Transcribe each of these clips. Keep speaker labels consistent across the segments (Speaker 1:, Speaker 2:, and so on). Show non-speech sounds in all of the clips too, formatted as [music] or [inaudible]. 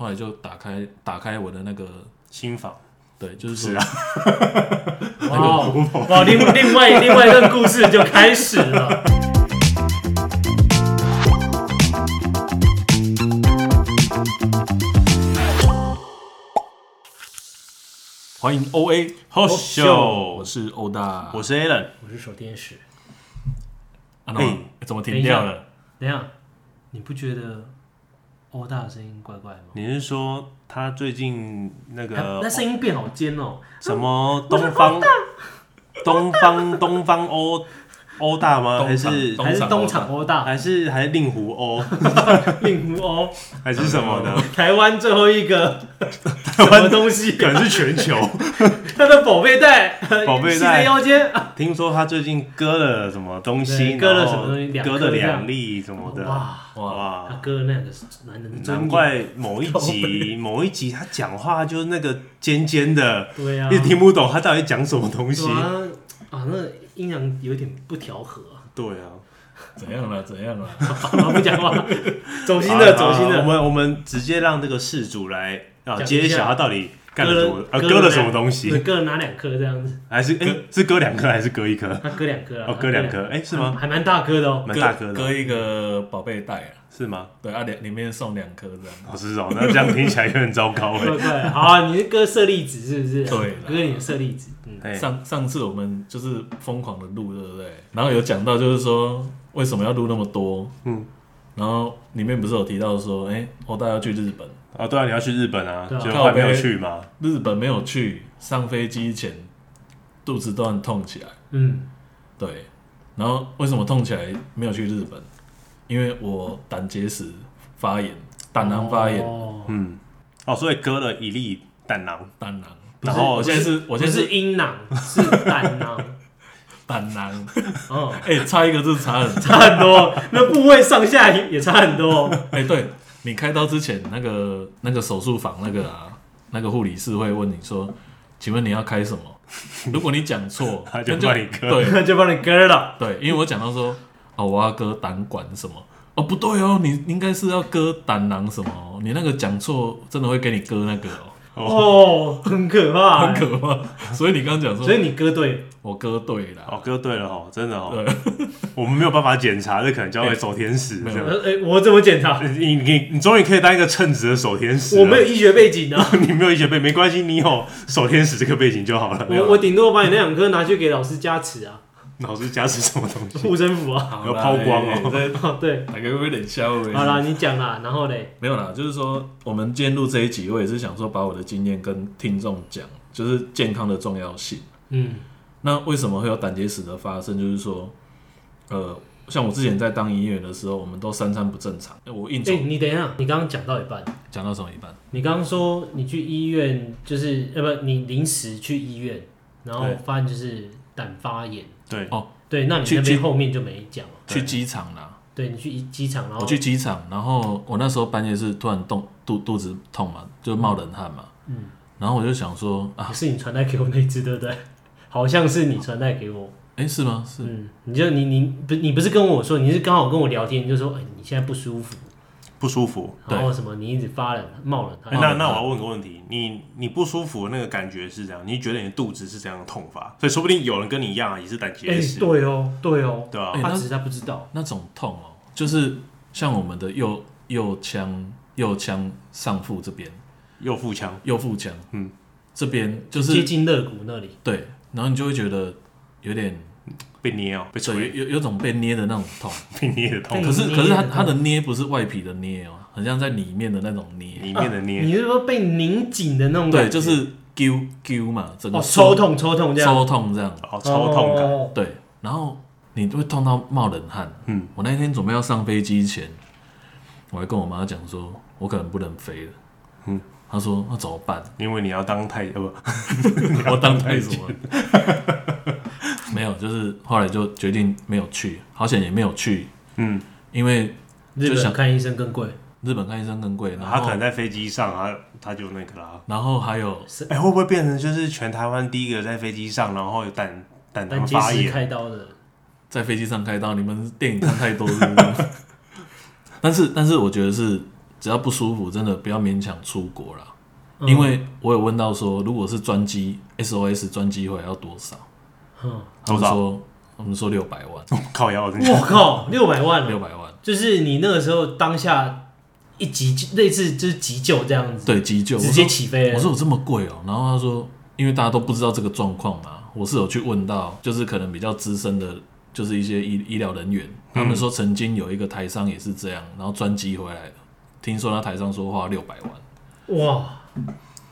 Speaker 1: 后来就打开打开我的那个，
Speaker 2: 新房
Speaker 1: 对，就是说
Speaker 2: 是啊
Speaker 1: 那
Speaker 3: 哇哇，哦另另外另外一个故事就开始了。
Speaker 1: 欢迎 O A
Speaker 2: 好
Speaker 1: 我
Speaker 2: 秀，
Speaker 1: 是欧大，
Speaker 2: 我是 Alan，
Speaker 3: 我是守天使。
Speaker 1: 啊
Speaker 2: 哎
Speaker 1: 那怎么停掉了？
Speaker 3: 怎样？你不觉得欧大的声音怪怪吗？
Speaker 2: 你是说他最近那
Speaker 3: 哎
Speaker 2: 个
Speaker 3: 那声音变好尖哦、
Speaker 2: 什么东方东方东方欧欧大吗？还是
Speaker 1: 东厂
Speaker 3: 还是东厂欧大，
Speaker 2: 还是还是令狐欧
Speaker 3: 令狐欧，
Speaker 2: 还是什么 [laughs] 的？
Speaker 3: 台湾最后一个哦什么东西？啊
Speaker 2: 可能是全球。
Speaker 3: 他的宝贝袋，
Speaker 2: 宝贝袋
Speaker 3: 系在腰间。
Speaker 2: 听说他最近割了什么东西，
Speaker 3: 对割了
Speaker 2: 然后
Speaker 3: 什么东西两
Speaker 2: 割
Speaker 3: 颗
Speaker 2: 了
Speaker 3: 这样
Speaker 2: 两粒什么的。
Speaker 3: 哇，
Speaker 1: 哇，
Speaker 3: 他
Speaker 2: 哇！
Speaker 3: 哥那个是男人的尊严
Speaker 2: 难怪某一集某一集他讲话就是那个尖尖的，
Speaker 3: 对啊，
Speaker 2: 一直听不懂他到底讲什么东西。
Speaker 3: 哇啊，那阴阳有点不调和、啊。
Speaker 2: 对啊，
Speaker 1: 怎样了？怎样了？
Speaker 3: 好
Speaker 2: [laughs]
Speaker 3: 不讲话，走心
Speaker 2: 好
Speaker 3: 的，
Speaker 2: 啦
Speaker 3: 走心
Speaker 2: 好啦我
Speaker 3: 的。
Speaker 2: 们我们直接让这个事主来啊
Speaker 3: 讲一下
Speaker 2: 揭晓他到底干了什么，呃，
Speaker 3: 割
Speaker 2: 割了什
Speaker 3: 两
Speaker 2: 么东
Speaker 3: 对
Speaker 2: 西？
Speaker 3: 割了哪两颗这样子？
Speaker 2: 还是哎，是割两颗还是割一颗？
Speaker 3: 他割两颗啊
Speaker 2: 哦，，割两颗，哎，是吗？
Speaker 3: 还蛮大颗的哦。
Speaker 2: 蛮大颗的，
Speaker 1: 割一个宝贝袋啊，
Speaker 2: 是吗？
Speaker 1: 对啊，两里面送两颗这样。
Speaker 2: 老师哦，那这样听起来有点糟糕哎。
Speaker 3: 对对，好啊，你是割舍利子是不是？
Speaker 1: 对啦
Speaker 3: 割你的舍利子。嗯，
Speaker 2: 哎，
Speaker 1: 上上次我们就是疯狂的录，对不对？然后有讲到就是说为什么要录那么多，
Speaker 2: 嗯，
Speaker 1: 然后里面不是有提到说，哎，欧大要去日本，
Speaker 2: 哦，对啊，你要去日本啊，
Speaker 3: 对啊
Speaker 2: 就还没有去嘛。
Speaker 1: 日本没有去，上飞机前肚子都很痛起来，
Speaker 3: 嗯，
Speaker 1: 对，然后为什么痛起来没有去日本？因为我胆结石发炎，胆囊发炎，
Speaker 3: 哦，
Speaker 2: 嗯，哦，所以割了一粒胆囊， [laughs]，
Speaker 1: 胆囊。
Speaker 3: 不是
Speaker 1: 然后我现在是，
Speaker 3: 我
Speaker 1: 我
Speaker 3: 就
Speaker 1: 现在
Speaker 3: 是
Speaker 1: 是
Speaker 3: 阴囊，是胆囊。 [laughs]
Speaker 1: 胆囊，
Speaker 3: 哦，
Speaker 1: 哎，差一个字差很
Speaker 3: 差很多，那部位上下也差很多。
Speaker 1: 哎、对你开刀之前，那个那个手术房那个啊，那个护理师会问你说，请问你要开什么？如果你讲
Speaker 3: [laughs]
Speaker 1: 错
Speaker 2: 他就
Speaker 1: 那
Speaker 2: 帮你割
Speaker 1: 对
Speaker 3: 那就帮你割了。
Speaker 1: 对，因为我讲到说，哦，我要割胆管什么。哦，不对哦，你应该是要割胆囊什么哦？你那个讲错，真的会给你割那个哦，
Speaker 3: 哦，很可怕，
Speaker 1: 很。可怕。所以你刚讲说
Speaker 3: 所，以你割对，
Speaker 1: 我割对了，
Speaker 2: 哦，割对了哦，真的哦，
Speaker 1: 对，
Speaker 2: [laughs] 我们没有办法检查，这可能交给守天使
Speaker 1: 没有
Speaker 2: 这样。
Speaker 3: 呃哎，我怎么检查？
Speaker 2: 你你你终于可以当一个称职的守天使了。
Speaker 3: 我没有医学背景啊。
Speaker 1: [laughs]
Speaker 2: [laughs] 你没有医学背，没关系，你有守天使这个背景就好了。没有
Speaker 1: 啊
Speaker 3: 我我顶多把你那两颗拿去给老师加持啊，
Speaker 2: 老师加持什么东西？
Speaker 3: 护身符啊。
Speaker 1: 好
Speaker 2: 要
Speaker 1: 啦
Speaker 2: 抛光哦
Speaker 1: 哎这
Speaker 3: 哦，对，
Speaker 1: 大概有点消微。
Speaker 3: 好啦，你讲啦，然后嘞，
Speaker 1: 没有啦，就是说我们今天录这一集，我也是想说把我的经验跟听众讲，就是健康的重要性。
Speaker 3: 嗯，
Speaker 1: 那为什么会有胆结石的发生？就是说，呃，像我之前在当营业员的时候，我们都三餐不正常。哎我应
Speaker 3: 哎、
Speaker 1: 酬
Speaker 3: 你等一下，你刚刚讲到一半，
Speaker 1: 讲到什么一半？
Speaker 3: 你刚刚说你去医院，就是呃不，你临时去医院，然后
Speaker 1: 对
Speaker 3: 发现就是胆发炎，
Speaker 2: 对，
Speaker 3: [laughs] 对，那你
Speaker 1: 去
Speaker 3: 那
Speaker 1: 去
Speaker 3: 边后面就没讲了，
Speaker 1: 去机场啦，
Speaker 3: 对你去一机场，然
Speaker 1: 我
Speaker 3: 后
Speaker 1: 去机场，然后我那时候半夜是突然动肚肚子痛嘛，就冒冷汗嘛，
Speaker 3: 嗯，
Speaker 1: 然后我就想说啊，
Speaker 3: 是你传带给我那只，对不对？好像是你传带给我，
Speaker 1: 哎、是吗？是
Speaker 3: 嗯，你就你你不你不是跟我说，你是刚好跟我聊天，你就说，哎、你现在不舒服，
Speaker 2: 不舒服。
Speaker 3: 然后什么，你一直发冷冒冷汗
Speaker 2: 哎，那那我要问个问题，你你不舒服的那个感觉是怎样？你觉得你的肚子是怎样的痛法？所以说不定有人跟你一样啊，也是胆结
Speaker 3: 哎、
Speaker 2: 石，
Speaker 3: 对哦，对哦，
Speaker 2: 对啊
Speaker 1: 哎，
Speaker 3: 他
Speaker 1: 那
Speaker 3: 只是他不知道，
Speaker 1: 那种痛哦，就是像我们的右右腔右腔上腹这边，
Speaker 2: 右腹腔，
Speaker 1: 右腹腔，
Speaker 2: 嗯，
Speaker 1: 这边就
Speaker 3: 接
Speaker 1: 是
Speaker 3: 近肋骨那里，
Speaker 1: 对，然后你就会觉得有点
Speaker 2: 被捏哦，被
Speaker 1: 对
Speaker 2: 捶，
Speaker 1: 有有种被捏的那种痛，
Speaker 2: [laughs] 被捏的痛，啊
Speaker 3: 被
Speaker 1: 可是
Speaker 3: 捏
Speaker 1: 可是它
Speaker 3: 的痛
Speaker 1: 它的捏不是外皮的捏哦，很像在里面的那种
Speaker 3: 哎
Speaker 1: 捏，
Speaker 2: 里面的捏，
Speaker 3: 你是说被拧紧的那种感
Speaker 1: 对，
Speaker 3: 觉？
Speaker 1: 就是揪揪嘛，整个
Speaker 3: 哦，抽痛抽痛这样，
Speaker 1: 抽痛这样，
Speaker 2: 哦，超痛感，
Speaker 3: 哎哦
Speaker 1: 对，然后你会痛到冒冷汗。
Speaker 2: 嗯，
Speaker 1: 我那天准备要上飞机前，我还跟我妈讲说，我可能不能飞了，
Speaker 2: 嗯，
Speaker 1: 她说那怎么办？ [laughs]
Speaker 2: 因为你要当太，呃不，
Speaker 1: 我当太什么？ [laughs] 没有，就是后来就决定没有去，好险也没有去，
Speaker 2: 嗯，
Speaker 1: 因为
Speaker 3: 日
Speaker 1: 就
Speaker 3: 本
Speaker 1: 想
Speaker 3: 看医生更贵，
Speaker 1: 日本看医生更贵，然
Speaker 2: 啊他可
Speaker 1: 后
Speaker 2: 能在飞机上，他他就那个啦。
Speaker 1: 然后还有
Speaker 2: 哎，会不会变成就是全台湾第一个在飞机上，然后有胆胆
Speaker 3: 但
Speaker 2: 囊
Speaker 3: 结
Speaker 2: 发
Speaker 3: 石
Speaker 2: 炎？
Speaker 3: 开
Speaker 1: [laughs]
Speaker 3: 刀的，
Speaker 1: 在 [laughs] 飞机上开刀，你们电影看太多是不是？但是但是我觉得是只要不舒服，真的不要勉强出国啦。
Speaker 3: 嗯
Speaker 1: 因为我有问到说，如果是专机 SOS 专机会要多少？
Speaker 3: 嗯，
Speaker 1: 他们
Speaker 2: 多少
Speaker 1: 说他们说六百
Speaker 3: [laughs]
Speaker 1: 万，
Speaker 2: 靠腰的，
Speaker 3: 我靠，六百万
Speaker 1: 六
Speaker 3: 了，
Speaker 1: 百万，
Speaker 3: 就是你那个时候当下一急救类似就是急救这样子，
Speaker 1: 对急救
Speaker 3: 直接
Speaker 1: 我说
Speaker 3: 起飞
Speaker 1: 我
Speaker 3: 了。
Speaker 1: 说有这么贵哦、然后他说，因为大家都不知道这个状况嘛，我是有去问到，就是可能比较资深的，就是一些医医疗人员，他们说曾经有一个台商也是这样，然后专机回来的，听说他台上说花六百万，
Speaker 3: 哇，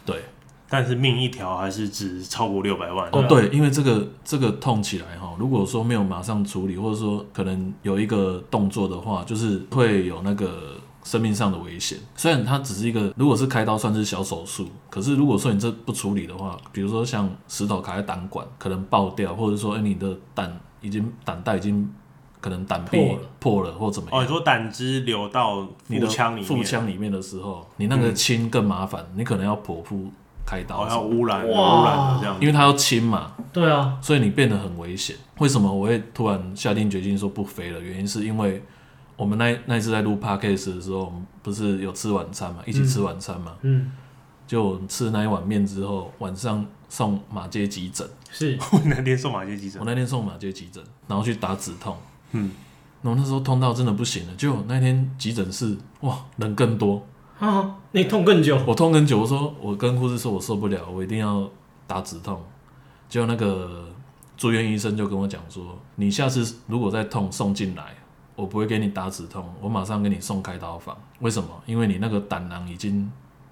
Speaker 1: 对，
Speaker 2: 但是命一条还是只超过六百万。啊
Speaker 1: 哦，对，因为这个这个痛起来哈，如果说没有马上处理，或者说可能有一个动作的话，就是会有那个生命上的危险。虽然它只是一个，如果是开刀算是小手术，可是如果说你这不处理的话，比如说像石头卡在胆管，可能爆掉，或者说哎、你的胆已经胆袋已经可能胆壁
Speaker 3: 破了
Speaker 1: 破了或怎么样。
Speaker 2: 哦，你说胆汁流到
Speaker 1: 你
Speaker 2: 腹
Speaker 1: 的
Speaker 2: 腔里面，嗯
Speaker 1: 腹腔里面的时候，你那个清更麻烦，你可能要剖腹开刀
Speaker 2: 好
Speaker 1: 什么
Speaker 2: 像
Speaker 1: 的，
Speaker 2: 哦污染，污
Speaker 3: 哇
Speaker 2: 染了这样
Speaker 1: 因
Speaker 2: 子。 [laughs]
Speaker 1: 为它要清嘛，
Speaker 3: 对啊，
Speaker 1: 所以你变得很危险。为什么我会突然下定决心说不飞了？原因是因为我们那那一次在录 podcast 的时候，我们不是有吃晚餐嘛，一起吃晚餐嘛。
Speaker 3: 嗯，
Speaker 1: 就我们吃那一碗面之后，晚上送马街急诊。
Speaker 3: 是
Speaker 2: 我那天送马街急诊
Speaker 1: 我，那天送马街急诊，然后去打止痛。
Speaker 2: 嗯，
Speaker 1: 然后那时候痛到真的不行了，结果那天急诊室哇人更多，
Speaker 3: 啊，你痛更久，
Speaker 1: 我痛很久，我说我跟护士说我受不了，我一定要打止痛。结果那个住院医生就跟我讲说，你下次如果再痛送进来，我不会给你打止痛，我马上给你送开刀房。为什么？因为你那个胆囊已经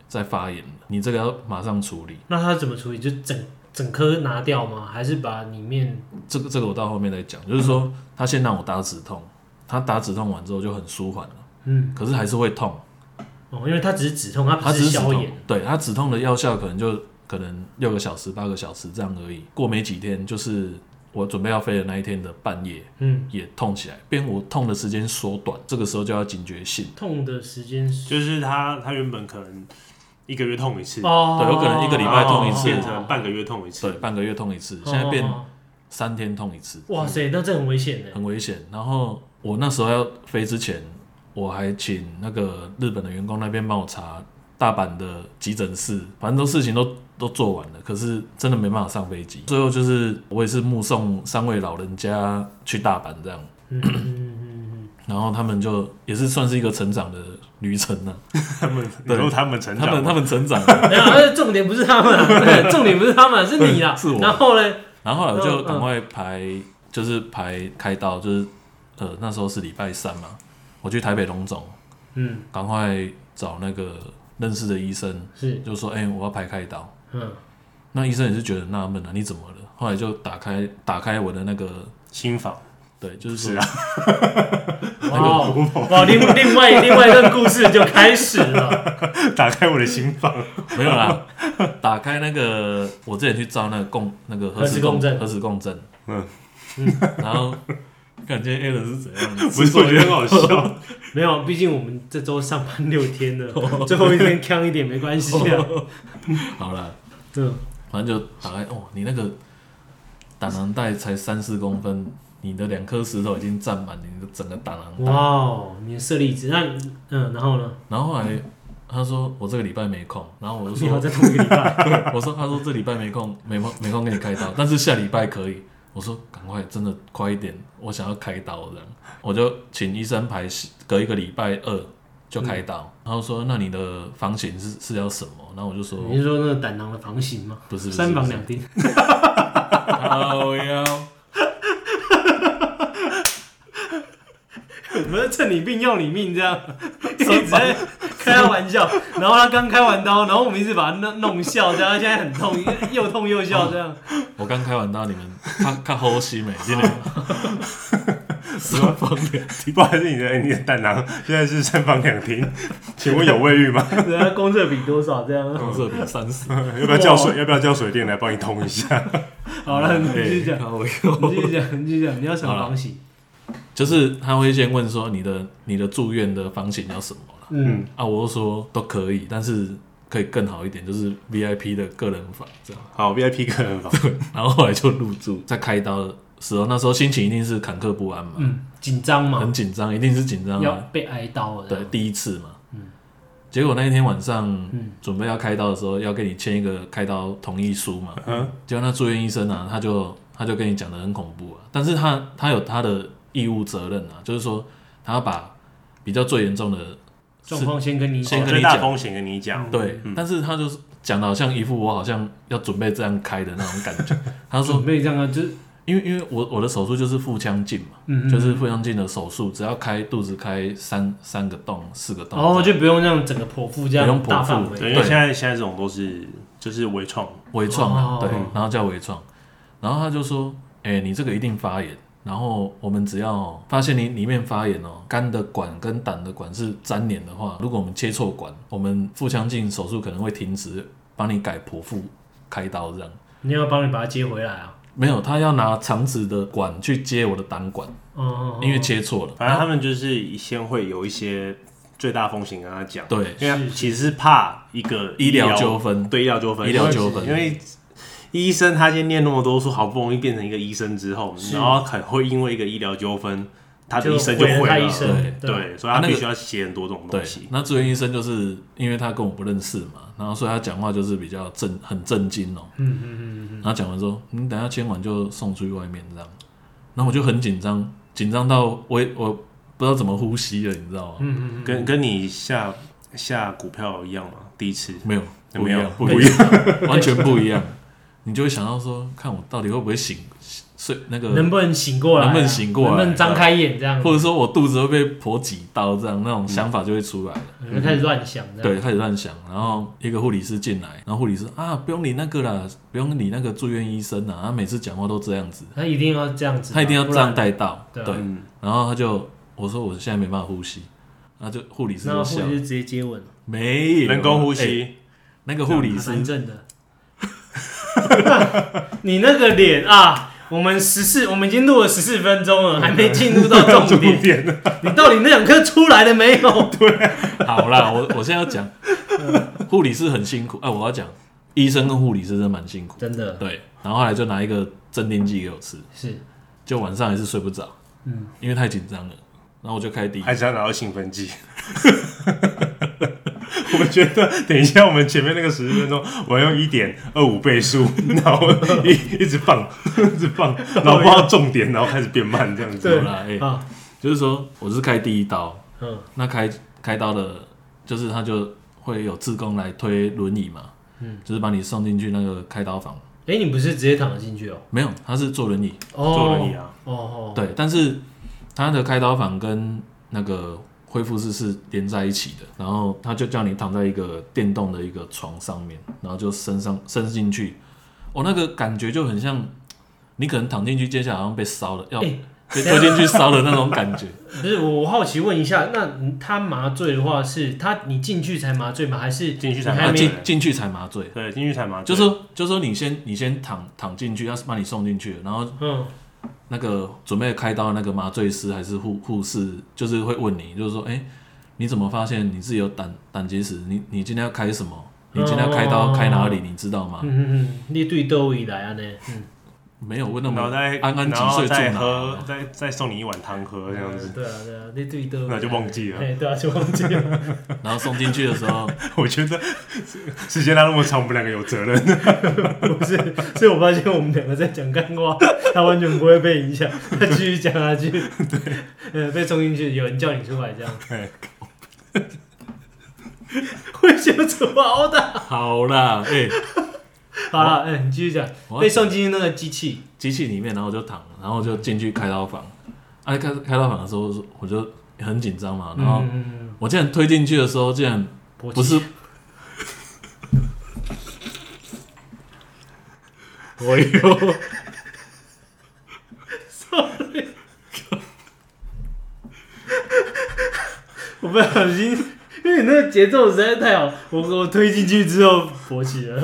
Speaker 1: 在发炎了，你这个要马上处理。
Speaker 3: 那他怎么处理？就整整颗拿掉吗？还是把里面
Speaker 1: 这个这个我到后面再讲，就是说
Speaker 3: 嗯
Speaker 1: 他先让我打止痛，他打止痛完之后就很舒缓了，
Speaker 3: 嗯
Speaker 1: 可是还是会痛。
Speaker 3: 哦？因为它只是止痛，它
Speaker 1: 它
Speaker 3: 不
Speaker 1: 只是止
Speaker 3: 消
Speaker 1: 痛
Speaker 3: 炎。，
Speaker 1: 对它止痛的药效可能就可能六个小时、八个小时这样而已。过没几天，就是我准备要飞的那一天的半夜
Speaker 3: 嗯，
Speaker 1: 也痛起来，变我痛的时间缩短，这个时候就要警觉性，
Speaker 3: 痛的时间是
Speaker 2: 就是他他原本可能一个月痛一次，
Speaker 3: 哦
Speaker 1: 对有可能一个礼拜痛一次
Speaker 2: 变成半个月痛一
Speaker 1: 哦对，
Speaker 2: 次。
Speaker 1: 半个月痛一次，
Speaker 3: 哦
Speaker 1: 现在变
Speaker 3: 哦
Speaker 1: 三天痛一次，
Speaker 3: 哇塞，那这很危险的。
Speaker 1: 很危险。然后我那时候要飞之前，我还请那个日本的员工那边帮我查大阪的急诊室，反正都事情都都做完了，可是真的没办法上飞机。最后就是我也是目送三位老人家去大阪这样，
Speaker 3: 嗯嗯嗯
Speaker 1: 然后他们就也是算是一个成长的旅程呢、
Speaker 2: 他们，
Speaker 1: 对
Speaker 2: 然后他们成
Speaker 1: 他
Speaker 2: 长
Speaker 1: 们他
Speaker 2: 了，
Speaker 1: 们成长了， [laughs]
Speaker 3: 嗯，没有，而且重点不是他们啊，重点不是他们啊，是你
Speaker 1: [laughs]
Speaker 3: 啊。
Speaker 1: 是我
Speaker 3: 然后呢？
Speaker 1: 然后后来我就赶快排，就是排开刀，就是呃那时候是礼拜三嘛，我去台北龙总，
Speaker 3: 嗯，
Speaker 1: 赶快找那个认识的医生。
Speaker 3: 是，
Speaker 1: 就说：“哎、我要排开刀。
Speaker 3: 嗯，”
Speaker 1: 那医生也是觉得纳闷啊，你怎么了？后来就打开打开我的那个，
Speaker 2: 新房 [laughs]
Speaker 1: 对，就是
Speaker 2: 是
Speaker 1: 说，
Speaker 2: 啊，
Speaker 1: [laughs]
Speaker 3: 哇哦哇，另另外另外一段故事就开始了。
Speaker 2: 打开我的新房，
Speaker 1: [laughs] 没有啦，打开那个我之前去照那个共那个核
Speaker 3: 核磁
Speaker 1: 磁
Speaker 3: 共
Speaker 1: 共
Speaker 3: 振
Speaker 1: 核磁共振，
Speaker 2: 嗯
Speaker 1: 嗯，然后 [laughs] 感觉 a l n 是怎样的？
Speaker 2: 不是我觉得很好笑，
Speaker 3: 没有，毕竟我们这周上班六
Speaker 1: [laughs]
Speaker 3: 天了，最后一天扛一点没关系啊。
Speaker 1: 好了，
Speaker 3: 嗯，
Speaker 1: 反正就打开哦，你那个胆囊袋才三四公分，你的两颗石头已经占满你的整个胆囊
Speaker 3: 哇
Speaker 1: 袋。
Speaker 3: 哦，你的舍利子，那嗯，然后呢？
Speaker 1: 然后后来他说我这个礼拜没空，然后我就
Speaker 3: [laughs] 你
Speaker 1: 说
Speaker 3: 好，再痛一个礼拜。
Speaker 1: 我说，他说这礼拜没空，没空没空给你开刀，但是下礼拜可以。我说赶快，真的快一点，我想要开刀这样。我就请医生排隔一个礼拜二就开
Speaker 3: 嗯
Speaker 1: 刀，然后说那你的房型是是要什么？然后 [laughs] 我就说
Speaker 3: 你是说那个胆囊的房型吗？
Speaker 1: 不是
Speaker 3: 嗯
Speaker 1: 哦
Speaker 3: 三房，
Speaker 1: [laughs] 不
Speaker 3: 两厅。
Speaker 1: 是不是靠腰
Speaker 3: 我是趁你病要你命这
Speaker 1: [laughs]
Speaker 3: 样，一直在 [laughs] 开他玩笑。然后他刚开完刀，然后我们一直把他弄弄笑，这样他现在很痛，又痛又笑这样。
Speaker 1: 我刚开完刀，你们看看呼吸没？真
Speaker 3: [laughs]
Speaker 1: 的三房两
Speaker 2: [laughs] 不好意思，你的你的蛋囊现在是三房两厅， [laughs] 请问有卫浴
Speaker 1: [laughs]
Speaker 2: 吗？
Speaker 3: [laughs] 人家公厕比多少这样？
Speaker 1: 公设比三十，
Speaker 2: 要不要叫水？要不要叫水电来帮你通一下？
Speaker 3: 好了，你继续讲，
Speaker 1: 靠
Speaker 3: 你
Speaker 1: 腰
Speaker 3: 继续讲，你继续讲，你要什么房型？
Speaker 1: 就是他会先问说你的你的住院的房型要什么啦。
Speaker 3: 嗯，
Speaker 1: 啊，我就说都可以，但是可以更好一点，就是 VIP 的个人房这样。
Speaker 2: [laughs] 好，VIP 个人房，
Speaker 1: 然后后来就入住，在开刀的时候，那时候心情一定是坎坷不安嘛，
Speaker 3: 嗯，紧张嘛
Speaker 1: 很，紧张，一定是紧张
Speaker 3: 要
Speaker 1: 啊。
Speaker 3: 被挨刀了。
Speaker 1: 对，，第一次嘛。结果那一天晚上
Speaker 3: 嗯
Speaker 1: 准备要开刀的时候，要跟你签一个开刀同意书嘛。
Speaker 2: 嗯，
Speaker 1: 结果那住院医生啊，他就他就跟你讲的很恐怖啊，但是他他有他的义务责任啊，就是说他要把比较最严重的
Speaker 3: 状况先跟你
Speaker 1: 先
Speaker 3: 讲
Speaker 1: 跟，
Speaker 2: 最
Speaker 1: 你
Speaker 2: 大
Speaker 1: 讲
Speaker 2: 风险跟你讲，
Speaker 1: 对，
Speaker 2: 嗯
Speaker 1: 但是他就是讲的好像一副我好像要准备这样开的那种感
Speaker 2: [laughs]
Speaker 1: 觉。他说
Speaker 3: 准，备这样啊，就是
Speaker 1: 因为因为我我的手术就是腹腔镜嘛，
Speaker 3: 嗯，
Speaker 1: 就是腹腔镜的手术，只要开肚子开三三个洞、四个洞，
Speaker 3: 然后哦就不用这样整个剖腹这
Speaker 1: 不用
Speaker 3: 样
Speaker 1: 剖
Speaker 3: 大范
Speaker 1: 腹
Speaker 3: 围，
Speaker 2: 对，因为
Speaker 1: 对
Speaker 2: 现在现在这种都是就是微创，
Speaker 1: 微创啊，
Speaker 3: 哦
Speaker 1: 对
Speaker 2: 嗯，
Speaker 1: 然后叫微创，然后他就说，哎、你这个一定发炎，然后我们只要发现你里面发炎哦，肝的管跟胆的管是粘连的话，如果我们切错管，我们腹腔镜手术可能会停止，帮你改剖腹开刀这样。
Speaker 3: 你要帮你把它接回来啊。
Speaker 1: 没有，他要拿肠子的管去接我的胆管，
Speaker 3: 哦，
Speaker 1: 因为切错了。
Speaker 2: 反正他们就是先会有一些最大风险跟他讲，
Speaker 1: 对
Speaker 2: 因为他其实是怕一个
Speaker 1: 医疗纠纷，
Speaker 2: 对医疗纠纷，
Speaker 1: 医疗纠纷
Speaker 2: 因为医生他先念那么多书，好不容易变成一个医生之后，
Speaker 3: 是
Speaker 2: 然后很会因为一个医疗纠纷，他的
Speaker 3: 就
Speaker 2: 一生就
Speaker 3: 毁了
Speaker 2: 毁
Speaker 3: 他一
Speaker 2: 了。
Speaker 3: 生，对，
Speaker 2: 对，所以他
Speaker 1: 啊那个
Speaker 2: 必须要写很多这种
Speaker 1: 对
Speaker 2: 东西，。
Speaker 1: 那住院医生就是因为他跟我不认识嘛，然后所以他讲话就是比较震，很震惊哦、
Speaker 3: 嗯嗯嗯嗯
Speaker 1: 然后讲完说，你等一下签完就送出去外面这样。然后我就很紧张，紧张到我也我不知道怎么呼吸了，你知道吗？
Speaker 3: 嗯嗯嗯，
Speaker 2: 跟跟你下下股票一样嘛，第一次
Speaker 1: 没有，不
Speaker 2: 没
Speaker 1: 一
Speaker 2: 有
Speaker 1: 样，
Speaker 2: 不
Speaker 1: 不
Speaker 2: 一
Speaker 1: 一
Speaker 2: 样，
Speaker 1: 样，完全不一样。你就会想到说，看我到底会不会醒睡那个，
Speaker 3: 能不能醒过来啊？
Speaker 1: 能不能醒过来啊
Speaker 3: 能不能张开眼这样？
Speaker 1: 或者说我肚子会被婆几刀这样，那种想法就会出来了。
Speaker 3: 就开始乱想这样。
Speaker 1: 对，开始乱想。然后一个护理师进来，然后护理师啊，不用理那个啦，不用理那个住院医生啦，他每次讲话都这样子，
Speaker 3: 他一定要这样子嘛，
Speaker 1: 他一定要
Speaker 3: 啊不
Speaker 1: 这
Speaker 3: 然
Speaker 1: 样带到。
Speaker 3: 对啊
Speaker 1: 对，
Speaker 2: 嗯，
Speaker 1: 然后他就我说我现在没办法呼吸，然后就护理师
Speaker 3: 那
Speaker 1: 就
Speaker 3: 护
Speaker 1: 笑
Speaker 3: 理，就直接接吻，
Speaker 1: 没有
Speaker 2: 人工呼
Speaker 1: 哎
Speaker 2: 吸，
Speaker 1: 那个护理
Speaker 3: 还蛮
Speaker 1: 师
Speaker 3: 正的。 [laughs] 你那个脸啊！我们十四，我们已经录了十四分钟
Speaker 2: 啊
Speaker 3: 了，还没进入到重
Speaker 2: [laughs]
Speaker 3: 点。你到底那两颗出来了没有？
Speaker 1: 好啦，我我现在要讲，护理师很辛苦。哎，我要讲，医生跟护理师真的蛮辛苦。
Speaker 3: 真的
Speaker 1: 对，然后后来就拿一个镇定剂给我吃，
Speaker 3: 是，
Speaker 1: 就晚上也是睡不着，
Speaker 3: 嗯，
Speaker 1: 因为太紧张了。然后我就开第一
Speaker 2: 还是要拿到兴奋剂。 [laughs] 我觉得等一下，我们前面那个十分钟，我要用一点二五倍速，然后一 [laughs] 一直放，一直
Speaker 1: [laughs]
Speaker 2: 放，然后不知道重点，然后开始变慢这样子。
Speaker 1: 刀
Speaker 3: 对
Speaker 1: 啦。哎，
Speaker 3: 啊，
Speaker 1: 就是说我是开第一刀，
Speaker 3: 嗯，
Speaker 1: 那开开刀的，就是他就会有志工来推轮椅嘛，嗯，就是把你送进去那个开刀房。
Speaker 3: 哎，你不是直接躺进去哦？
Speaker 1: 没有，他是坐轮椅。
Speaker 3: 哦，
Speaker 2: 坐轮椅啊，
Speaker 3: 哦哦，
Speaker 1: 对，但是他的开刀房跟那个恢复室是连在一起的，然后他就叫你躺在一个电动的一个床上面，然后就伸上伸进去，哦，那个感觉就很像你可能躺进去，接下来好像被烧了，要
Speaker 3: 哎
Speaker 1: 被推进去烧的那种感觉。
Speaker 3: 不是我，我好奇问一下，那你他麻醉的话是他你进去才麻醉吗？还是
Speaker 2: 进去才
Speaker 3: 你
Speaker 2: 麻
Speaker 3: [laughs] 还
Speaker 1: 啊，
Speaker 3: 没
Speaker 1: 进进去才麻醉，
Speaker 2: 对，进去才麻
Speaker 3: 啊
Speaker 2: 醉，
Speaker 1: 就说就说你先你先躺躺进去，他是把你送进去了，然后
Speaker 3: 嗯
Speaker 1: 那个准备开刀的那个麻醉师还是护护士，就是会问你，就是说，哎、你怎么发现你自己有胆胆结石？你你今天要开什么？你今天要开刀
Speaker 3: 哦
Speaker 1: 开哪里？你知道吗
Speaker 3: 嗯？嗯嗯，你对都以来啊呢，嗯，
Speaker 1: 没有问那
Speaker 2: 然后
Speaker 1: 么
Speaker 2: 再
Speaker 1: 安安几
Speaker 2: 然后
Speaker 1: 岁住
Speaker 2: 再
Speaker 1: 哪
Speaker 2: 喝？，再 [laughs] 再送你一碗汤喝这样子。
Speaker 3: 对啊对啊，你对都
Speaker 2: 那就忘记了
Speaker 3: 哎对啊就忘记了，
Speaker 1: 然后送进去的时
Speaker 3: [laughs]
Speaker 1: 候，
Speaker 2: 我觉得时间拉那么长，我们两个有责任。
Speaker 3: 不是，所以我发现我们两个在讲干话，他完全不会被影响，他继续讲下去，对，呃被冲进去，有人叫你出来这样，
Speaker 2: 对，
Speaker 3: 会笑出毛的，
Speaker 1: 好啦，哎、
Speaker 3: 好了，哎你继续讲，
Speaker 1: 我
Speaker 3: 被送进去那个机器，
Speaker 1: 机器里面，然后我就躺，然后就进去开刀房。啊，开开刀房的时候，我就很紧张嘛。然后
Speaker 3: 嗯嗯嗯
Speaker 1: 我竟然推进去的时候，竟然
Speaker 3: 勃起
Speaker 1: 不是
Speaker 2: 我有。
Speaker 3: 我不小心，因为你那个节奏实在太好，我我推进去之后勃起了。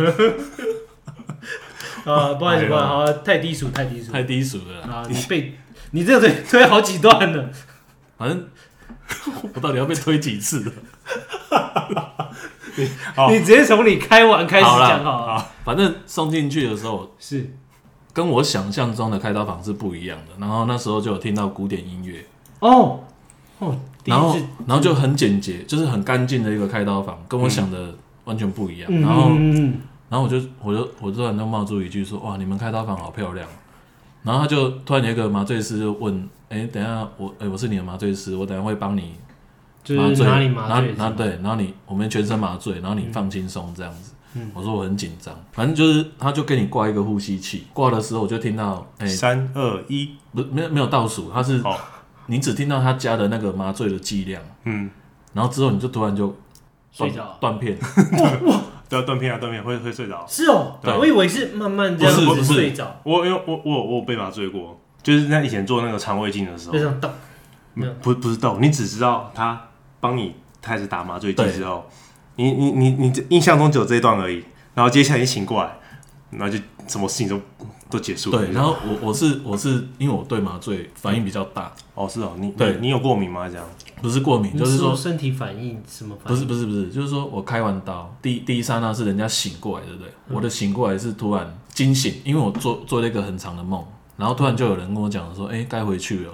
Speaker 3: 啊，不好意思，不好意思，太低俗，太低俗
Speaker 1: 太低俗了啦。
Speaker 3: 啊！你被你这个推推好几段了，
Speaker 1: 反正 [laughs] 我到底要被推几次？
Speaker 2: 好
Speaker 3: 你直接从你开完开始讲好了。
Speaker 1: 反正送进去的时候，
Speaker 3: 是，
Speaker 1: 跟我想象中的开刀房是不一样的。然后那时候就有听到古典音乐，
Speaker 3: 哦，哦，第一
Speaker 1: 然后
Speaker 3: 次，嗯
Speaker 1: 然后就很简洁，就是很干净的一个开刀房，跟我想的完全不一样。
Speaker 3: 嗯
Speaker 1: 然后，
Speaker 3: 嗯嗯
Speaker 1: 然后我就我就我突然就冒出一句说：“哇，你们开刀房好漂亮。”哦然后他就突然有一个麻醉师就问：“哎，等一下我哎我是你的麻醉师，我等一下会帮你麻
Speaker 3: 就是
Speaker 1: 醉，
Speaker 3: 哪里麻
Speaker 1: 然
Speaker 3: 醉
Speaker 1: 后然后
Speaker 3: 是吧，
Speaker 1: 对，然后你我们全身麻醉，然后你放轻松这样子。
Speaker 3: 嗯
Speaker 1: 我说我很紧张，反正就是他就给你挂一个呼吸器，挂的时候我就听到哎、
Speaker 2: 三二一，
Speaker 1: 不没有没有倒数，他是
Speaker 2: 好，
Speaker 1: 你只听到他加的那个麻醉的剂量，
Speaker 2: 嗯，
Speaker 1: 然后之后你就突然就
Speaker 3: 睡着
Speaker 1: 断片，
Speaker 2: 对啊，断片啊，断片会会睡着。
Speaker 3: 是哦，
Speaker 1: 对
Speaker 3: 我以为是慢慢这样
Speaker 1: 不是
Speaker 3: 子
Speaker 1: 不是
Speaker 3: 睡着，
Speaker 2: 我因为我我我有被麻醉过，就是在以前做那个肠胃镜的时候
Speaker 3: 就，这样动，
Speaker 2: 嗯不不是动，你只知道他帮你开始打麻醉剂
Speaker 1: 对
Speaker 2: 之后，你你你你只印象中只有这一段而已，然后接下来你醒过来，然后就什么事情都都结束了。
Speaker 1: 对，
Speaker 2: 你知
Speaker 1: 然
Speaker 2: 道吗
Speaker 1: 后我我是我是因为我对麻醉反应比较大，
Speaker 2: 哦是哦，你
Speaker 1: 对
Speaker 2: 你你有过敏吗？这样
Speaker 1: 不是过敏，就是说
Speaker 3: 身体反应什么反
Speaker 1: 不
Speaker 3: 应？
Speaker 1: 是不是不是，就是说我开完刀第第一刹那是人家醒过来，对不对？
Speaker 2: 嗯
Speaker 1: 我的醒过来是突然惊醒，因为我做做了一个很长的梦，然后突然就有人跟我讲说，哎、该回去了。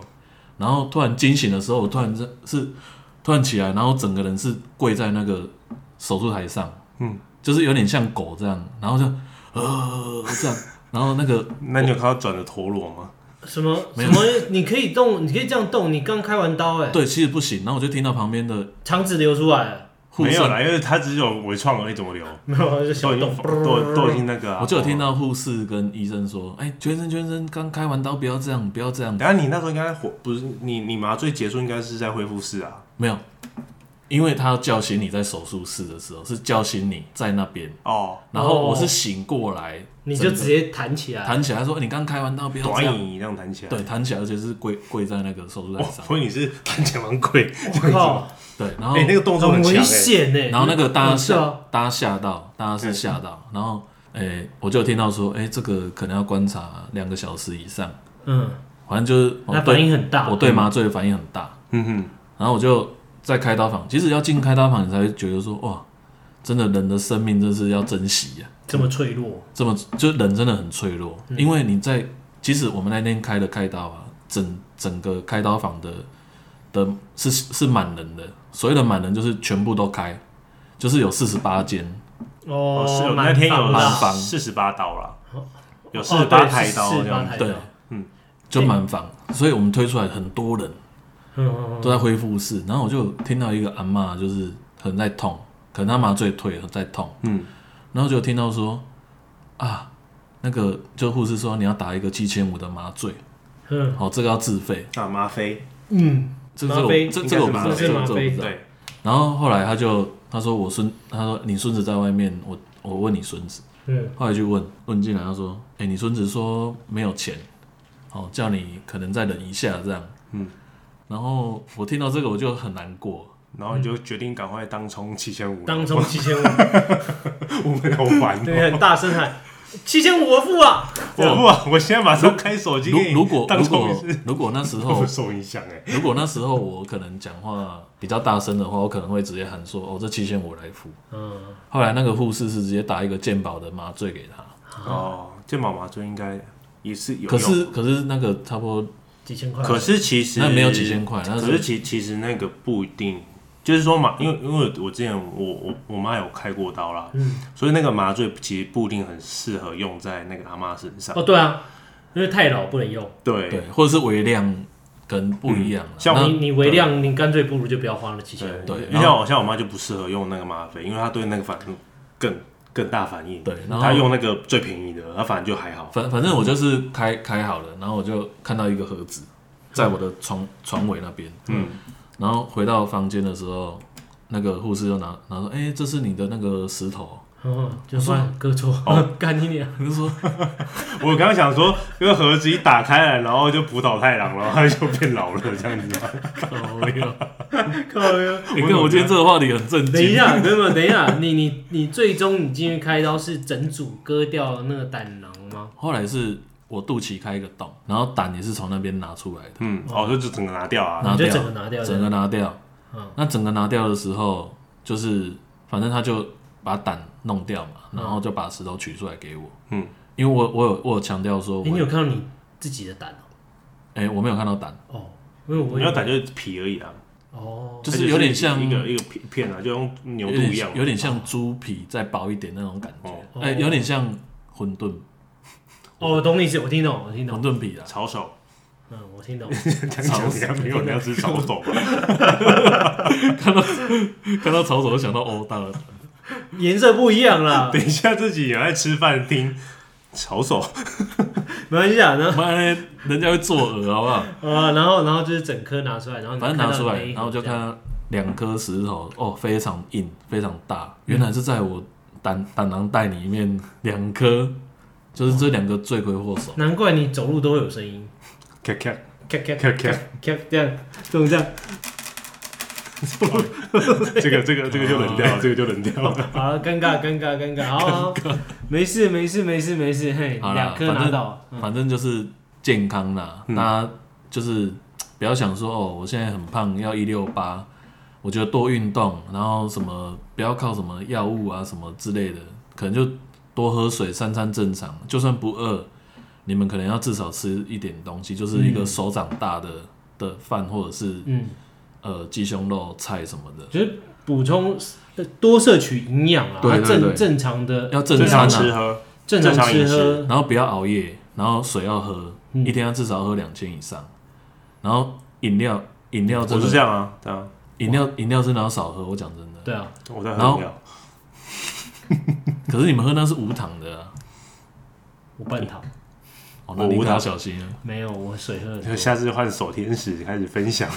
Speaker 1: 然后突然惊醒的时候，我突然是是突然起来，然后整个人是跪在那个手术台上，
Speaker 2: 嗯，
Speaker 1: 就是有点像狗这样，然后就呃这样，然后那个
Speaker 2: 那你有看到转的陀螺吗？
Speaker 3: 什么
Speaker 1: 没
Speaker 3: 什
Speaker 1: 有
Speaker 3: 么？你可以动，你可以这样动。你刚开完刀、欸，哎，
Speaker 1: 对其实不行，然后我就听到旁边的
Speaker 3: 肠子流出来了，
Speaker 1: 护
Speaker 2: 没
Speaker 1: 士
Speaker 2: 有啦，因为他只是有微创而已，怎么流？
Speaker 3: 没有，就
Speaker 2: 都
Speaker 3: 小
Speaker 2: 已经
Speaker 3: 动。
Speaker 2: 都都已经那个啊。
Speaker 1: 我就有听到护士跟医生说：“哎、全身全身，刚开完刀，不要这样，不要这样
Speaker 2: 等。下你那时候应该火，不是你你麻醉结束应该是在恢复室啊。”
Speaker 1: 没有，因为他要叫醒你在手术室的时候是叫醒你在那边，
Speaker 2: 哦，
Speaker 1: 然后我是醒过来，
Speaker 3: [laughs] 你
Speaker 1: 整
Speaker 3: 就
Speaker 1: 个
Speaker 3: 直接弹起来，
Speaker 1: 弹起来说：“你刚开完刀，不要
Speaker 2: 短
Speaker 1: 这样。
Speaker 2: 椅这样弹起”来。
Speaker 1: 对，弹起来，而且是跪跪在那个手术台
Speaker 2: 哦，
Speaker 1: 上。
Speaker 2: 所以你是弹起来蛮贵，
Speaker 3: 我靠，
Speaker 1: 对， [laughs] 然后、
Speaker 2: [laughs] 哎，那个动作
Speaker 3: 很
Speaker 2: 很
Speaker 3: 危
Speaker 2: 强哎。
Speaker 3: 险呢、欸。
Speaker 1: 然后那个大家
Speaker 3: 是
Speaker 1: 吓、
Speaker 3: 啊，
Speaker 1: 大家吓到，大家是吓到，然后哎、我就有听到说：“哎、这个可能要观察两个小时以上。
Speaker 3: 嗯，”
Speaker 1: 反正就是我
Speaker 3: 那
Speaker 1: 哦
Speaker 3: 反
Speaker 1: 对
Speaker 3: 应很大。
Speaker 1: 我对麻醉的反应很大。
Speaker 2: 嗯哼。
Speaker 1: 然后我就在开刀房，其实要进开刀房，你才会觉得说，哇，真的人的生命真是要珍惜啊呀、
Speaker 3: 这么脆弱，
Speaker 1: 这么就人真的很脆弱，
Speaker 3: 嗯
Speaker 1: 因为你在其实我们那天开的开刀啊，整整个开刀房的的是是满人的，所谓的满人就是全部都开，就是有四十八间，
Speaker 3: 哦
Speaker 2: 哦，是有那天有
Speaker 1: 满房
Speaker 2: 四十八刀啦
Speaker 3: 哦，
Speaker 2: 有四十八台刀
Speaker 3: 四
Speaker 2: 这
Speaker 3: 十八
Speaker 2: 样。
Speaker 3: 台刀
Speaker 1: 对，
Speaker 2: 嗯，
Speaker 1: 就满房，所以我们推出来很多人
Speaker 3: 嗯嗯
Speaker 1: 都在恢复室，然后我就听到一个阿嬷就是可能在痛，可能她麻醉退了在痛。
Speaker 2: 嗯，
Speaker 1: 然后就听到说啊，那个就护士说你要打一个七千五的麻醉，
Speaker 3: 嗯
Speaker 1: 好、这个要自费，
Speaker 2: 那吗啡，
Speaker 3: 嗯，
Speaker 1: 这个
Speaker 3: 麻
Speaker 1: 这个
Speaker 3: 醉
Speaker 1: 我这这个我不
Speaker 2: 应该是
Speaker 1: 知
Speaker 2: 麻
Speaker 1: 道，
Speaker 2: 醉
Speaker 1: 这个这
Speaker 3: 麻
Speaker 1: 个我
Speaker 3: 醉
Speaker 1: 不知道。
Speaker 2: 对，
Speaker 1: 然后后来他就他说我孙，他说你孙子在外面，我我问你孙子，
Speaker 3: 嗯
Speaker 1: 后来就问问进来，他说，哎、你孙子说没有钱，哦，叫你可能再忍一下这样，
Speaker 2: 嗯，
Speaker 1: 然后我听到这个我就很难过，
Speaker 2: 然后你就决定赶快当冲七千五，
Speaker 3: 当中七千五，
Speaker 2: [laughs] 我们好烦
Speaker 3: 对，啊
Speaker 2: 哦，
Speaker 3: 很大声喊，七千五我付了。
Speaker 2: 我不啊，我现在马上开手机
Speaker 1: 如
Speaker 2: 给你，
Speaker 1: 如果
Speaker 2: 当
Speaker 1: 如
Speaker 2: 冲
Speaker 1: 果
Speaker 2: [laughs]
Speaker 1: 哦
Speaker 2: 一次，
Speaker 1: [laughs] 如果那时候
Speaker 2: 会受影响哎，
Speaker 1: 如果那时候我可能讲话比较大声的话，我可能会直接喊说：“哦，这七千我来付。
Speaker 3: 嗯，”
Speaker 1: 后来那个护士是直接打一个健保的麻醉给他，
Speaker 2: 哦，健保麻醉应该也是有用，
Speaker 1: 可是可是那个差不多
Speaker 3: 几千块。
Speaker 2: 可是其实
Speaker 1: 那没有几千块，那
Speaker 2: 可是
Speaker 1: 是
Speaker 2: 其其实那个不一定，就是说嘛，因为因为我之前我我我妈有开过刀啦，
Speaker 3: 嗯
Speaker 2: 所以那个麻醉其实不一定很适合用在那个阿妈身上
Speaker 3: 哦，。对啊，因为太老不能用。
Speaker 2: 对
Speaker 1: 对，或者是微量跟不一样啊。
Speaker 2: 嗯像
Speaker 1: 那
Speaker 3: 你你微量，你干脆不如就不要花了七千
Speaker 2: 对
Speaker 3: 五。
Speaker 1: 对
Speaker 2: 因为像我像我妈就不适合用那个吗啡，因为她对那个反应更更大反应。
Speaker 1: 对然后
Speaker 2: 她用那个最便宜的，她反正就还好。
Speaker 1: 反反正我就是开开好了，然后我就看到一个盒子在我的床床尾那边，
Speaker 2: 嗯，
Speaker 1: 然后回到房间的时候，那个护士就拿拿说：“哎、这是你的那个石头。
Speaker 3: 哦，就算割错， [laughs] 干你娘！”
Speaker 1: [laughs] 我就说
Speaker 2: 我刚刚想说，因为盒子一打开来，然后就浦岛太郎，然后她就变老了这样子。
Speaker 1: 靠呀！
Speaker 3: 靠 [laughs] 呀！
Speaker 1: 你看我今天这个话题很震惊。
Speaker 3: 等一下，没有没有，等一下，你你你最终你进去开刀是整组割掉那个胆囊吗？
Speaker 1: 后来是我肚脐开一个洞，然后胆也是从那边拿出来的，
Speaker 2: 嗯，哦，就就整个拿掉啊。
Speaker 1: 拿
Speaker 3: 你就
Speaker 1: 掉，
Speaker 3: 整个拿掉
Speaker 1: 整个拿掉。
Speaker 3: 嗯
Speaker 1: 那整个拿掉的时候，就是反正他就把胆弄掉嘛，
Speaker 3: 嗯
Speaker 1: 然后就把石头取出来给我。
Speaker 2: 嗯，
Speaker 1: 因为我我有我有强调说
Speaker 3: 哎、
Speaker 1: 我，
Speaker 3: 你有看到你自己的胆哦
Speaker 1: 哎、我没有看到胆，
Speaker 3: 哦？哦，因为我
Speaker 2: 你要打就是皮而已啊，
Speaker 3: 哦哦，
Speaker 1: 就
Speaker 2: 它
Speaker 1: 是有点像
Speaker 2: 一个一个片片啊，就用牛
Speaker 1: 有
Speaker 2: 肚
Speaker 1: 点
Speaker 2: 一样嘛，
Speaker 1: 有点像猪皮再薄一点那种感觉，
Speaker 2: 哦
Speaker 1: 哎、有点像馄饨
Speaker 3: 哦，我懂你意思，我听懂，我听
Speaker 1: 馄
Speaker 3: 懂，
Speaker 1: 饨皮啊，
Speaker 2: 炒手，
Speaker 3: 嗯，我听懂。
Speaker 2: 讲讲你还没有人要吃炒手吧？
Speaker 1: 看到炒手就想到哦，大了，
Speaker 3: 颜色不一样 [laughs] 啦，
Speaker 2: [laughs] 等一下自己也在吃饭听炒手，
Speaker 3: 没关系啊。然后
Speaker 1: 妈的，人家会作恶好不好？
Speaker 3: 呃，然后然后就是整颗拿出来，然后你
Speaker 1: 反正拿出
Speaker 3: 看到
Speaker 1: 来
Speaker 3: 你那，一
Speaker 1: 然后就
Speaker 3: 盒这
Speaker 1: 看
Speaker 3: 样
Speaker 1: 它两颗石头，哦，非常硬，非常大，原来是在我胆胆囊袋里面两颗，就是这两个罪魁祸首。
Speaker 3: 难怪你走路都会有声音，
Speaker 2: 咔咔
Speaker 3: 咔咔咔
Speaker 2: 咔咔，
Speaker 3: 咔这样，这种这样。
Speaker 2: 这个这个这个就冷掉 [laughs] 了，这个就冷掉了。
Speaker 3: 好了，尴尬尴尬尴尬，好好，没事没事没事没事，嘿，
Speaker 1: 好啦
Speaker 3: 两颗
Speaker 1: 反
Speaker 3: 拿
Speaker 1: 正
Speaker 3: 到，嗯
Speaker 1: 反正就是健康啦，
Speaker 2: 嗯
Speaker 1: 大家就是嘖不要想说哦，我现在很胖，要一六八。我觉得多运动，然后什么不要靠什么药物啊什么之类的，可能就多喝水，三餐正常，就算不饿，你们可能要至少吃一点东西，就是一个手掌大的、的饭或者是
Speaker 3: 嗯，
Speaker 1: 呃鸡胸肉菜什么的，
Speaker 3: 就是补充呃多摄取营养啊，
Speaker 1: 对
Speaker 3: 它
Speaker 1: 对
Speaker 3: 正
Speaker 1: 对
Speaker 3: 正常的
Speaker 1: 要正
Speaker 2: 正
Speaker 1: 餐
Speaker 2: 常吃
Speaker 1: 啊，
Speaker 2: 喝，
Speaker 3: 正常
Speaker 2: 正常
Speaker 3: 吃
Speaker 2: 饮食
Speaker 3: 喝，
Speaker 1: 然后不要熬夜，然后水要喝，
Speaker 3: 嗯
Speaker 1: 一天要至少喝两千以上，然后饮料饮料真
Speaker 2: 我
Speaker 1: 的
Speaker 2: 是这样啊，这样
Speaker 1: 饮料饮料真的要少喝，我讲真的。
Speaker 3: 对啊，
Speaker 2: 我在
Speaker 1: 然
Speaker 2: 喝
Speaker 1: 后
Speaker 2: 饮料，
Speaker 1: 可是你们喝那是无糖的、
Speaker 2: [laughs]
Speaker 1: 啊，
Speaker 3: 我半糖
Speaker 1: 哦，那
Speaker 2: 我
Speaker 1: 你
Speaker 2: 无
Speaker 1: 可
Speaker 2: 糖
Speaker 1: 要小心啊。
Speaker 3: 没有，我水喝很多
Speaker 2: 就下次换手天使开始分享。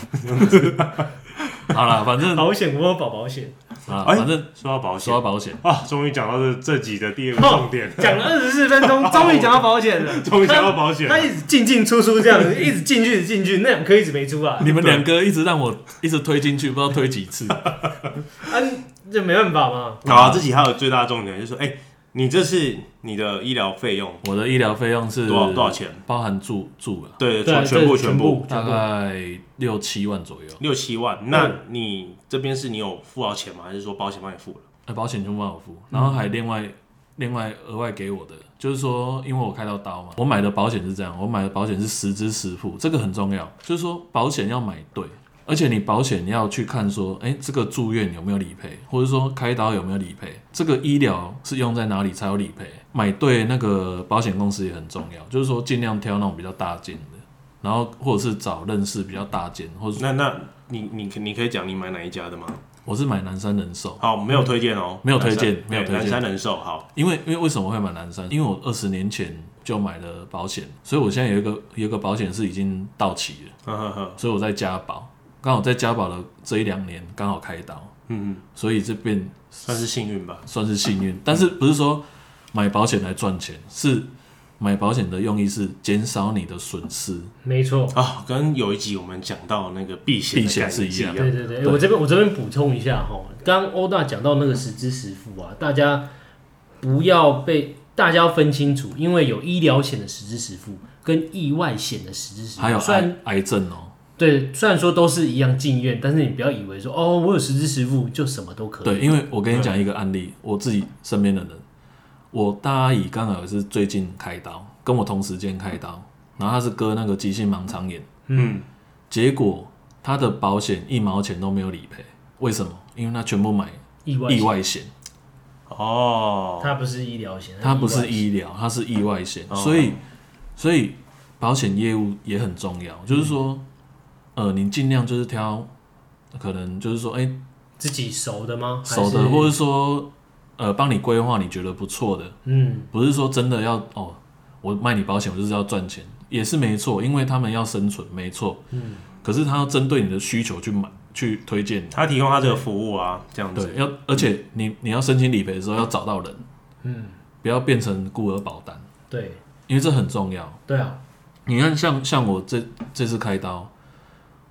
Speaker 1: 好啦，反
Speaker 2: [laughs]
Speaker 1: 正
Speaker 3: [laughs] 保险，我有保保险，
Speaker 1: 啊，
Speaker 2: 哎
Speaker 1: 反正
Speaker 2: [laughs] 说到保
Speaker 1: 说
Speaker 2: 险哦
Speaker 1: 到保险，
Speaker 2: 啊，终于讲到这这集的第二个重点，
Speaker 3: [laughs]
Speaker 2: [laughs]
Speaker 3: 讲了二十四分钟，终于讲到保险了，
Speaker 2: 终于讲到保险了
Speaker 3: 他一直进进出出这样，一直进去一直进去，那两颗一直没出来，啊
Speaker 2: 哎
Speaker 1: 你们两个一直让我一直推进去，不知道推几次。
Speaker 3: 啊，这没办法嘛，
Speaker 2: 好、啊，这集还有最大的重点就是说，哎、你这是你的医疗费用
Speaker 1: 我的医疗费用是
Speaker 2: 多少多少？钱？
Speaker 1: 包含住住了，
Speaker 2: 对，
Speaker 3: 对
Speaker 2: 全
Speaker 3: 啊
Speaker 2: 全部
Speaker 3: 这
Speaker 2: 全部
Speaker 1: 大概六七万左右。
Speaker 2: 六七万。那你这边是你有付到钱吗？还是说保险帮你付了？
Speaker 1: 呃，保险全部帮我付，然后还另外、另外额外给我的，就是说，因为我开到刀嘛，我买的保险是这样，我买的保险是实支实付，这个很重要，就是说保险要买对，而且你保险要去看说，哎、这个住院有没有理赔，或者说开刀有没有理赔，这个医疗是用在哪里才有理赔，买对那个保险公司也很重要，就是说尽量挑那种比较大件的，然后或者是找认识比较大件，或者是
Speaker 2: 那那你你你可以讲你买哪一家的吗？
Speaker 1: 我是买南山人寿。
Speaker 2: 好，没有推荐哦、
Speaker 1: 嗯没有推荐
Speaker 2: 南山
Speaker 1: 没有推
Speaker 2: 对
Speaker 1: 荐
Speaker 2: 南山人寿好，
Speaker 1: 因为因为为什么会买南山？因为我二十年前就买了保险，所以我现在有一个有一个保险是已经到期了，
Speaker 2: 呵呵
Speaker 3: 哦
Speaker 2: 呵，
Speaker 1: 所以我在加保，刚好在加保的这一两年刚好开刀，
Speaker 2: 嗯，
Speaker 1: 所以这边
Speaker 2: 算是幸运吧。
Speaker 1: 算是幸运。但是不是说买保险来赚钱，是买保险的用意是减少你的损失。
Speaker 3: 没错。
Speaker 2: 啊，跟有一集我们讲到那个避险的
Speaker 1: 避险
Speaker 2: 概念
Speaker 1: 是一样
Speaker 3: 对对对，哎
Speaker 1: 对
Speaker 3: 我这边我这边补充一下哈，刚刚欧大讲到那个实支实付啊，大家不要被大家要分清楚，因为有医疗险的实支实付跟意外险的实支实付，
Speaker 1: 还有
Speaker 3: 啊虽然
Speaker 1: 癌癌症哦，
Speaker 3: 对虽然说都是一样进院，但是你不要以为说哦，我有实支实付就什么都可以。
Speaker 1: 对，因为我跟你讲一个案例，我自己身边的人，我大阿姨刚好也是最近开刀，跟我同时间开刀，然后她是割那个急性盲肠炎。
Speaker 2: 嗯，
Speaker 1: 结果他的保险一毛钱都没有理赔，为什么？因为他全部买
Speaker 3: 意外
Speaker 1: 意
Speaker 3: 险，
Speaker 1: 外险，
Speaker 2: 哦，
Speaker 3: 它不是医疗险，
Speaker 1: 他不
Speaker 3: 意外
Speaker 1: 是
Speaker 3: 险
Speaker 1: 医疗，他是意外险，
Speaker 2: 哦
Speaker 1: 所以所以保险业务也很重要，就是说，呃，你尽量就是挑，可能就是说，哎、
Speaker 3: 自己熟的吗？还
Speaker 1: 熟
Speaker 3: 是
Speaker 1: 的，或者说，呃，帮你规划你觉得不错的，
Speaker 3: 嗯，
Speaker 1: 不是说真的要哦，我卖你保险，我就是要赚钱，也是没错，因为他们要生存，没错，嗯，可是他要针对你的需求去买，去推荐你。
Speaker 2: 他提供他这个服务啊，这样子
Speaker 1: 对，要而且你你要申请理赔的时候要找到人，
Speaker 3: 嗯，
Speaker 1: 不要变成孤儿保单，
Speaker 3: 对
Speaker 1: 因为这很重要。
Speaker 3: 对啊，
Speaker 1: 你看像，像我这这次开刀，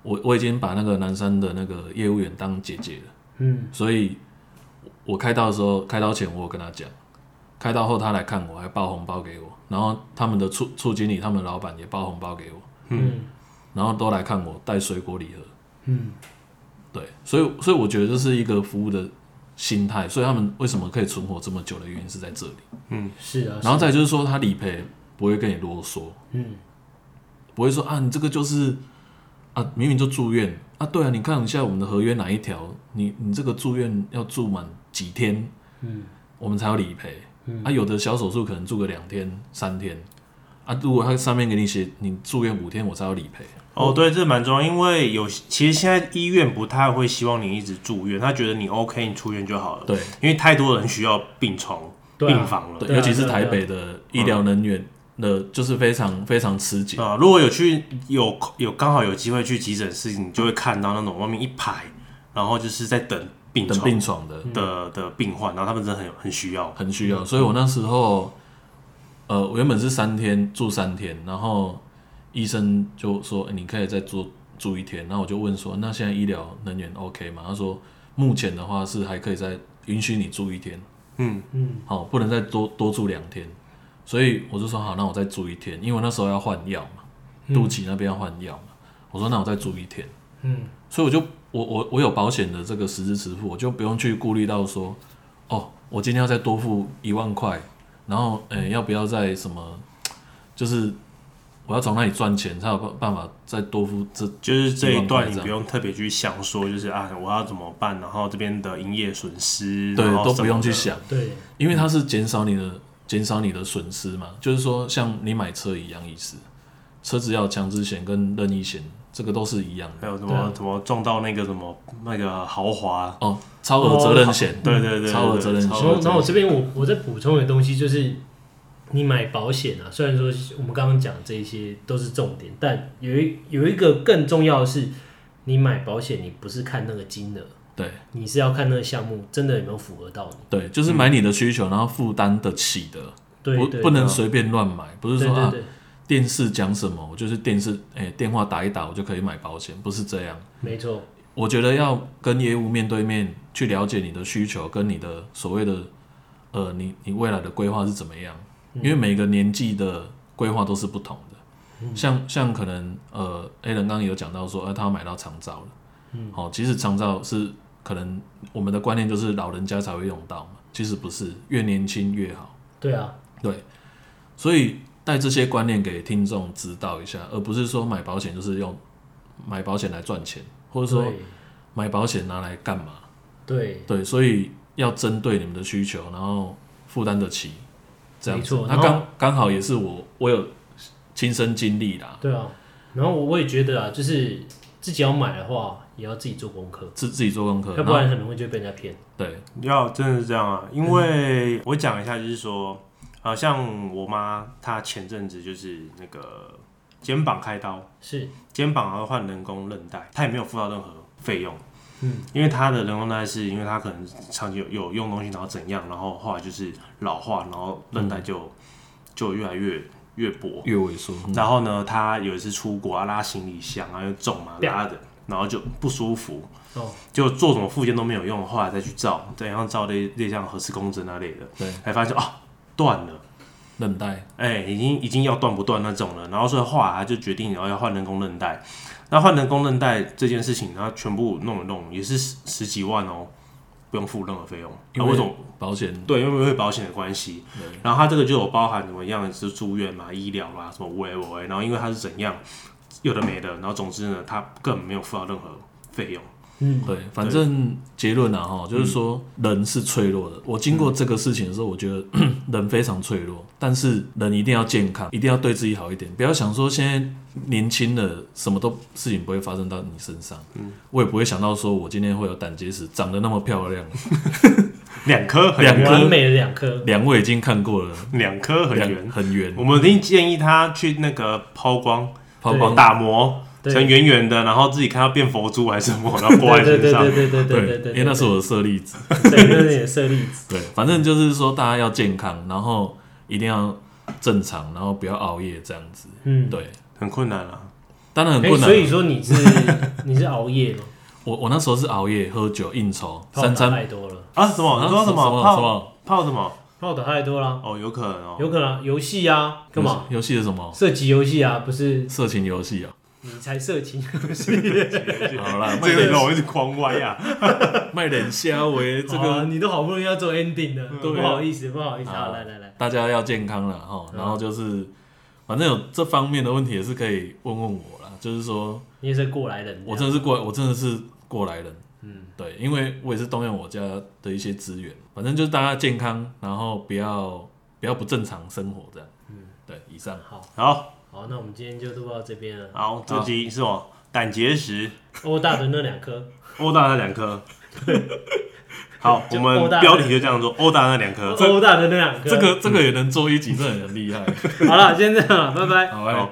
Speaker 1: 我我已经把那个南山的那个业务员当姐姐了，
Speaker 3: 嗯，
Speaker 1: 所以我开刀的时候，开刀前我有跟他讲，开刀后他来看我，还包红包给我，然后他们的处处经理、他们的老板也包红包给我，
Speaker 3: 嗯
Speaker 1: 然后都来看我，带水果礼盒。
Speaker 3: 嗯，
Speaker 1: 对，所以所以我觉得这是一个服务的心态，所以他们为什么可以存活这么久的原因是在这里。
Speaker 3: 是啊，
Speaker 1: 嗯然后再就是说，他理赔不会跟你啰嗦，
Speaker 3: 嗯
Speaker 1: 不会说啊，你这个就是啊，明明就住院啊，对啊，你看一下我们的合约哪一条，你你这个住院要住满几天，
Speaker 3: 嗯，
Speaker 1: 我们才有理赔。啊，有的小手术可能住个两天、三天，啊，如果他上面给你写你住院五天，我才有理赔。
Speaker 2: 哦，对，这蛮重要，因为有其实现在医院不太会希望你一直住院，他觉得你 OK，你出院就好了，
Speaker 1: 对
Speaker 2: 因为太多人需要病床、
Speaker 3: 对啊
Speaker 2: 病房了。
Speaker 1: 对，
Speaker 3: 对啊
Speaker 1: 尤其是
Speaker 3: 对啊
Speaker 1: 台
Speaker 3: 对啊
Speaker 1: 北的医疗人员的，就是非常非常吃紧。
Speaker 2: 啊，如果有去有有刚好有机会去急诊室，你就会看到那种外面一排，然后就是在等病
Speaker 1: 等
Speaker 2: 床
Speaker 1: 病床的
Speaker 2: 的的病患，然后他们真的很有很需要。嗯
Speaker 1: 很需要，所以我那时候，呃，我原本是三天住三天，然后医生就说、欸你可以再住住一天，然后我就问说，那现在医疗人员 OK 吗？他说目前的话是还可以再允许你住一天，
Speaker 2: 嗯，
Speaker 1: 好，不能再多多住两天，所以我就说好，那我再住一天，因为我那时候要换药嘛，肚脐那边要换药嘛，我说那我再住一天，
Speaker 3: 嗯，
Speaker 1: 所以我就我我我有保险的这个实支实付，我就不用去顾虑到说，哦，我今天要再多付一万块，然后呃要不要再什么，就是我要从那里赚钱才有办办法再多付这
Speaker 2: 就是这一段你不用特别去想说，就是啊我要怎么办，然后这边的营业损失，
Speaker 1: 对
Speaker 2: 然后嗯
Speaker 1: 都
Speaker 2: 什
Speaker 1: 不
Speaker 2: 么
Speaker 1: 用
Speaker 2: 的
Speaker 1: 去想。
Speaker 3: 啊对，
Speaker 1: 因为它是减少你的减少你的损失嘛，就是说像你买车一样意思，车子要有强制险跟任意险，这个都是一样的
Speaker 2: 还有什
Speaker 3: 对啊
Speaker 2: 么什么撞到那个什么那个豪华，
Speaker 1: 哦。超额责任险，
Speaker 2: 哦对对对对，
Speaker 1: 超额责任险
Speaker 2: 超
Speaker 3: 然
Speaker 2: 额
Speaker 3: 后，然
Speaker 2: 责
Speaker 3: 后我
Speaker 2: 任
Speaker 3: 这边我我在补充的东西就是，你买保险啊，虽然说我们刚刚讲这些都是重点，但有一有一个更重要的是，你买保险你不是看那个金额，
Speaker 1: 对
Speaker 3: 你是要看那个项目真的有没有符合到你。
Speaker 1: 对，就是买你的需求，然后负担得起的，
Speaker 3: 对
Speaker 1: 不
Speaker 3: 对，
Speaker 1: 不能
Speaker 2: 对啊
Speaker 1: 随便乱买，不
Speaker 3: 对
Speaker 1: 是说
Speaker 3: 对
Speaker 1: 啊
Speaker 3: 对，
Speaker 1: 电视讲什么，我就是电视诶、电话打一打我就可以买保险，不是这样。
Speaker 3: 没错，
Speaker 1: 我觉得要跟业务面对面去了解你的需求跟你的所谓的呃，你你未来的规划是怎么样？因为每个年纪的规划都是不同的。像像可能呃，A 人刚刚有讲到说，呃，他要买到长照了。嗯，好、其实长照是可能我们的观念就是老人家才会用到嘛，其实不是，越年轻越好。
Speaker 3: 对啊，
Speaker 1: 对，所以带这些观念给听众指导一下，而不是说买保险就是用买保险来赚钱，或者说
Speaker 3: 对
Speaker 1: 买保险拿来干嘛？
Speaker 3: 对，
Speaker 1: 对，所以要针对你们的需求，然后负担得起，这样子
Speaker 3: 没错
Speaker 1: 那
Speaker 3: 然后
Speaker 1: 刚刚好也是我我有亲身经历啦，
Speaker 3: 对啊，然后我我也觉得啊，就是自己要买的话，也要自己做功课，
Speaker 1: 自自己做功课，
Speaker 3: 要
Speaker 1: 然
Speaker 3: 不
Speaker 1: 后
Speaker 3: 然很容易就被人家骗。
Speaker 1: 对
Speaker 2: 要真的是这样
Speaker 1: 嗯
Speaker 2: 啊，因为我讲一下，就是说，啊，像我妈她前阵子就是那个肩膀开刀，
Speaker 3: 是，
Speaker 2: 肩膀要换人工韧带，她也没有付到任何费用。
Speaker 3: 嗯，
Speaker 2: 因为她的人工韧带是因为她可能长期有有用东西，然后怎样，然后后来就是老化，然后韧带就、就越来越越薄。
Speaker 1: 越萎缩，嗯
Speaker 2: 然后呢，她有一次出国啊，拉行李箱啊，又重嘛，拉的，然后就不舒服，
Speaker 3: 哦，
Speaker 2: 就做什么附件都没有用，后来再去照，怎样照类类像核磁共振那类的，
Speaker 1: 对，
Speaker 2: 才发现哦断了，
Speaker 1: 韧带
Speaker 2: 哎、已经已经要断不断那种了，然后所以后来他就决定然后要换人工韧带，那换人工韧带这件事情，他全部弄一弄也是十十几万哦，不用付任何费用，
Speaker 1: 因
Speaker 2: 啊为什
Speaker 1: 为
Speaker 2: 么？
Speaker 1: 保险
Speaker 2: 对，因为会保险的关系，然后他这个就有包含怎么样是住院嘛、医疗啦、什么无为无为，然后因为他是怎样有的没的，然后总之呢，他根本没有付到任何费用。
Speaker 3: 嗯，
Speaker 1: 对，反正结论啊哈，就是说人是脆弱的。我经
Speaker 3: 嗯
Speaker 1: 过这个事情的时候，我觉得 [clears throat] 人非常脆弱，但是人一定要健康，一定要对自己好一点，不要想说现在年轻了什么都事情不会发生到你身上。嗯，我也不会想到说我今天会有胆结石，长得那么漂亮，[laughs]
Speaker 2: 两颗很
Speaker 1: 两颗
Speaker 2: 远，
Speaker 3: 完美的两颗，
Speaker 1: 两位已经看过了，
Speaker 2: 两颗很
Speaker 1: 两
Speaker 2: 圆，
Speaker 1: 很圆，
Speaker 2: 我们一定建议他去那个抛光、
Speaker 1: 抛光
Speaker 2: 打磨
Speaker 3: 对
Speaker 2: 成圆圆的，然后自己看到变佛珠还是什么，然后挂在身
Speaker 3: 对对对
Speaker 2: 上。
Speaker 3: 对对对对对，嗯
Speaker 1: 因为那是我的舍利子。
Speaker 3: 对，那是你的舍利子。
Speaker 1: 对，反正就是说大家要健康，然后一定要正常，然后不要熬夜这样子。
Speaker 3: 嗯，
Speaker 1: 对，
Speaker 2: 很困难啊。
Speaker 1: 当然很
Speaker 3: 哎、
Speaker 1: 困难啊。
Speaker 3: 所以说你是你是熬夜吗？
Speaker 1: 我我那时候是熬夜喝酒应酬，
Speaker 3: 泡
Speaker 1: 三
Speaker 3: 打
Speaker 1: 餐
Speaker 3: 太多了，
Speaker 2: 啊，什么？
Speaker 1: 啊
Speaker 2: 你说什
Speaker 1: 什么
Speaker 2: 么？
Speaker 1: 什
Speaker 2: 泡
Speaker 1: 么
Speaker 2: 泡什么？
Speaker 3: 泡打太多了，
Speaker 2: 哦，有可能哦。
Speaker 3: 有可能啊游戏啊，干嘛？
Speaker 1: 游戏游戏是什么？
Speaker 3: 射击游戏啊，不是
Speaker 1: 色情游戏啊！
Speaker 3: 你才色情，啊
Speaker 1: 好啦，卖
Speaker 2: 这个
Speaker 1: 人
Speaker 2: 让我一直狂歪啊。
Speaker 1: 卖脸虾喂，这
Speaker 3: 好啊
Speaker 1: 个
Speaker 3: 你都好不容易要做 ending 了，
Speaker 1: 对啊
Speaker 3: 不好意思，不好意思，好，
Speaker 1: 好
Speaker 3: 来来来，
Speaker 1: 大家要健康了哈。然后就是，反正有这方面的问题也是可以问问我啦。就是说
Speaker 3: 你也是过来人，
Speaker 1: 我真的是过来，我真的是过来人。嗯，对，因为我也是动用我家的一些资源，反正就是大家健康，然后不要不要不正常生活这样。嗯，对，以上。
Speaker 3: 好
Speaker 2: 好
Speaker 3: 好，那我们今天就录到这边了。
Speaker 2: 好，这集是我胆结石，
Speaker 3: 欧大的那两颗，
Speaker 2: 殴打那两
Speaker 3: [laughs]
Speaker 2: 颗。好，我
Speaker 3: 就
Speaker 2: 们
Speaker 3: 殴打
Speaker 2: 标题就这样做，殴打那两颗。
Speaker 3: 欧大的那两颗。
Speaker 1: 这个这个也能做一集，真的很厉害。
Speaker 3: 好了，先这样了，拜拜。
Speaker 1: 好，
Speaker 2: 好
Speaker 1: 哎。